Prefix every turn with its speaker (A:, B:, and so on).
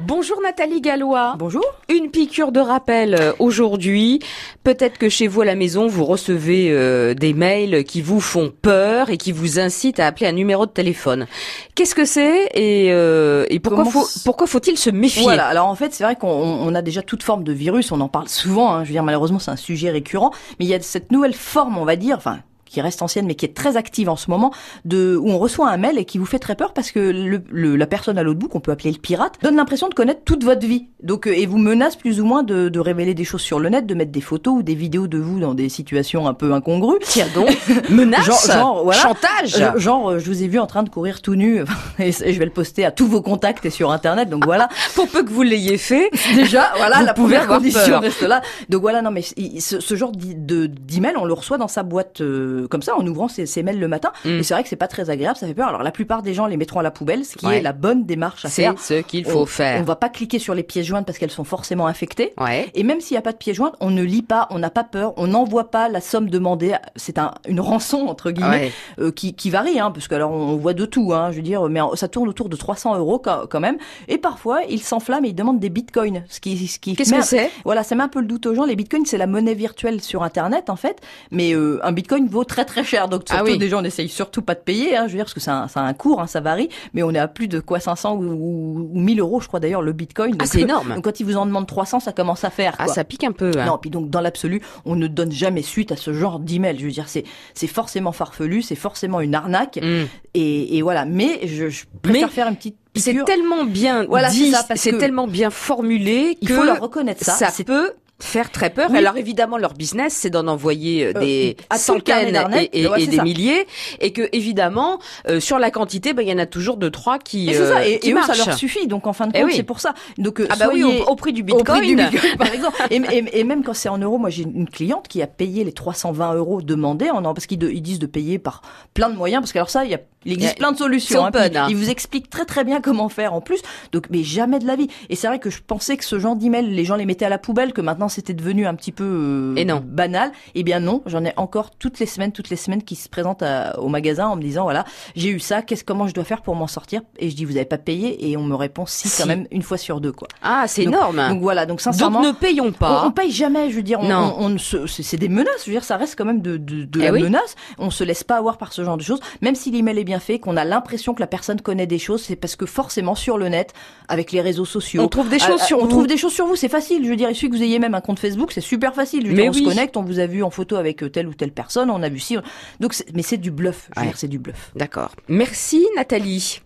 A: Bonjour Nathalie Gallois.
B: Bonjour.
A: Une piqûre de rappel euh, aujourd'hui. Peut-être que chez vous à la maison, vous recevez euh, des mails qui vous font peur et qui vous incitent à appeler un numéro de téléphone. Qu'est-ce que c'est et, euh, et pourquoi,
B: Comment
A: faut,
B: s-
A: pourquoi faut-il se méfier
B: Voilà. Alors en fait, c'est vrai qu'on on a déjà toute forme de virus. On en parle souvent. hein. Je veux dire, malheureusement, c'est un sujet récurrent. Mais il y a cette nouvelle forme, on va dire, enfin qui reste ancienne mais qui est très active en ce moment, de, où on reçoit un mail et qui vous fait très peur parce que le, le- la personne à l'autre bout, qu'on peut appeler le pirate, donne l'impression de connaître toute votre vie. Donc, euh, et vous menace plus ou moins de, de révéler des choses sur le net, de mettre des photos ou des vidéos de vous dans des situations un peu incongrues.
A: Tiens donc, menace,
B: Genre- genre, voilà.
A: chantage.
B: Euh, Genre, euh, je vous ai vu en train de courir tout nu, et je vais le poster à tous vos contacts et sur Internet, donc voilà.
A: Pour peu que vous l'ayez fait,
B: Déjà, voilà,
A: Vous
B: la
A: pouvez
B: première
A: avoir
B: condition
A: peur.
B: reste là. Donc voilà, non, mais il- ce, ce genre d'i- de- d'email, on le reçoit dans sa boîte euh, comme ça, en ouvrant ses, ses mails le matin.
A: Mm.
B: Et c'est vrai que c'est pas très agréable, ça fait peur. Alors la plupart des gens les mettront à la poubelle, ce qui
A: Ouais.
B: est la bonne démarche à
A: c'est
B: faire.
A: ce qu'il faut
B: on, On
A: faire.
B: va pas cliquer sur les pièces jointes parce qu'elles sont forcément infectées.
A: Ouais.
B: Et même s'il n'y a pas de pièces jointes, on ne lit pas, on n'a pas peur, on n'envoie pas la somme demandée. C'est un, une rançon, entre guillemets
A: Ah Ouais.
B: euh, qui, qui varie, hein, parce que alors on voit de tout, hein, je veux dire, mais ça tourne autour de 300 euros quand quand même. Et parfois, ils s'enflamment et ils demandent des bitcoins, ce qui, ce qui
A: Qu'est-ce
B: met
A: que
B: un-
A: c'est
B: voilà, ça met un peu le doute aux gens. Les bitcoins, c'est la monnaie virtuelle sur Internet, en fait, mais euh, un bitcoin vaut très très cher, donc
A: Ah
B: surtout
A: oui.
B: déjà on n'essaye surtout pas de payer, hein, je veux dire, parce que ça, a un- ça a un cours, hein, ça varie, mais on est à plus de quoi 500 ou, ou, ou 1000 euros, je crois d'ailleurs, le bitcoin.
A: Ah,
B: Donc,
A: c'est énorme.
B: donc quand ils vous en demandent 300, ça commence à faire.
A: Ah,
B: quoi.
A: ça pique un peu. hein.
B: Non, puis donc dans l'absolu, on ne donne jamais suite à ce genre d'email. Je veux dire, c'est c'est forcément farfelu, c'est forcément une arnaque,
A: Mm.
B: et, et voilà. Mais je, je préfère
A: Mais
B: faire une petite
A: C'est
B: piqûre.
A: tellement bien
B: Voilà, c'est
A: dit,
B: ça, parce
A: c'est
B: que
A: tellement bien formulé
B: Il
A: que
B: faut leur reconnaître ça.
A: ça,
B: C'est-
A: peut faire très peur.
B: Oui.
A: Alors évidemment, leur business, c'est d'en envoyer euh,
B: Euh,
A: des
B: à tout le carnet
A: centaines
B: d'arnaques.
A: et, et-
B: Ouais,
A: et
B: c'est
A: des
B: ça.
A: milliers, et que évidemment, euh, sur la quantité, ben, il y en a toujours deux trois qui,
B: Et c'est
A: euh,
B: ça, et,
A: qui
B: et eux, ça
A: marchent.
B: leur suffit. Donc en fin de
A: Eh
B: compte,
A: oui.
B: c'est pour ça. Donc euh,
A: ah bah oui,
B: soyez-
A: au, au prix du
B: au
A: bitcoin.
B: prix du Bitcoin, par exemple. Et, et- et même quand c'est en euros, moi j'ai une cliente qui a payé les 320 euros demandés en parce qu'ils de- ils disent de payer par plein de moyens parce qu'alors ça, il, y a,
A: Il y
B: il
A: a-
B: existe plein de
A: c'est
B: solutions.
A: open,
B: Puis
A: hein.
B: Ils vous expliquent très très bien comment faire en plus. Donc mais jamais de la vie. Et c'est vrai que je pensais que ce genre d'email, les gens les mettaient à la poubelle, que maintenant c'était devenu un petit peu euh,
A: Et non.
B: banal. Eh bien non, j'en ai encore toutes les semaines, toutes les semaines qui se présentent à- au magasin en me disant voilà j'ai eu ça, qu'est-ce comment je dois faire pour m'en sortir Et je dis vous avez pas payé et on me répond si,
A: Si.
B: quand même une fois sur deux quoi.
A: Ah, c'est
B: Donc-
A: énorme.
B: Donc voilà, donc
A: Donc,
B: sincèrement.
A: ne payons
B: On, on
A: pas.
B: paye jamais, je veux dire, on,
A: Non.
B: on- on ne se- c'est c'est des menaces, je veux dire, ça reste quand même de, de, de
A: Eh
B: la
A: oui.
B: menace. On se laisse pas avoir par ce genre de choses, même si l'email est bien fait, qu'on a l'impression que la personne connaît des choses, c'est parce que forcément sur le net, avec les réseaux sociaux,
A: Euh, On trouve des
B: ah,
A: choses
B: ah,
A: sur
B: on
A: vous.
B: trouve des choses sur vous, c'est facile. Je veux dire, il suffit que vous ayez même un compte Facebook, c'est super facile. Je veux dire,
A: Mais
B: on
A: oui.
B: se connecte, on vous a vu en photo avec euh, telle ou telle personne, on a vu si, donc c'est- mais c'est du bluff. Je veux
A: Ouais.
B: dire, c'est du bluff.
A: D'accord. Merci Nathalie.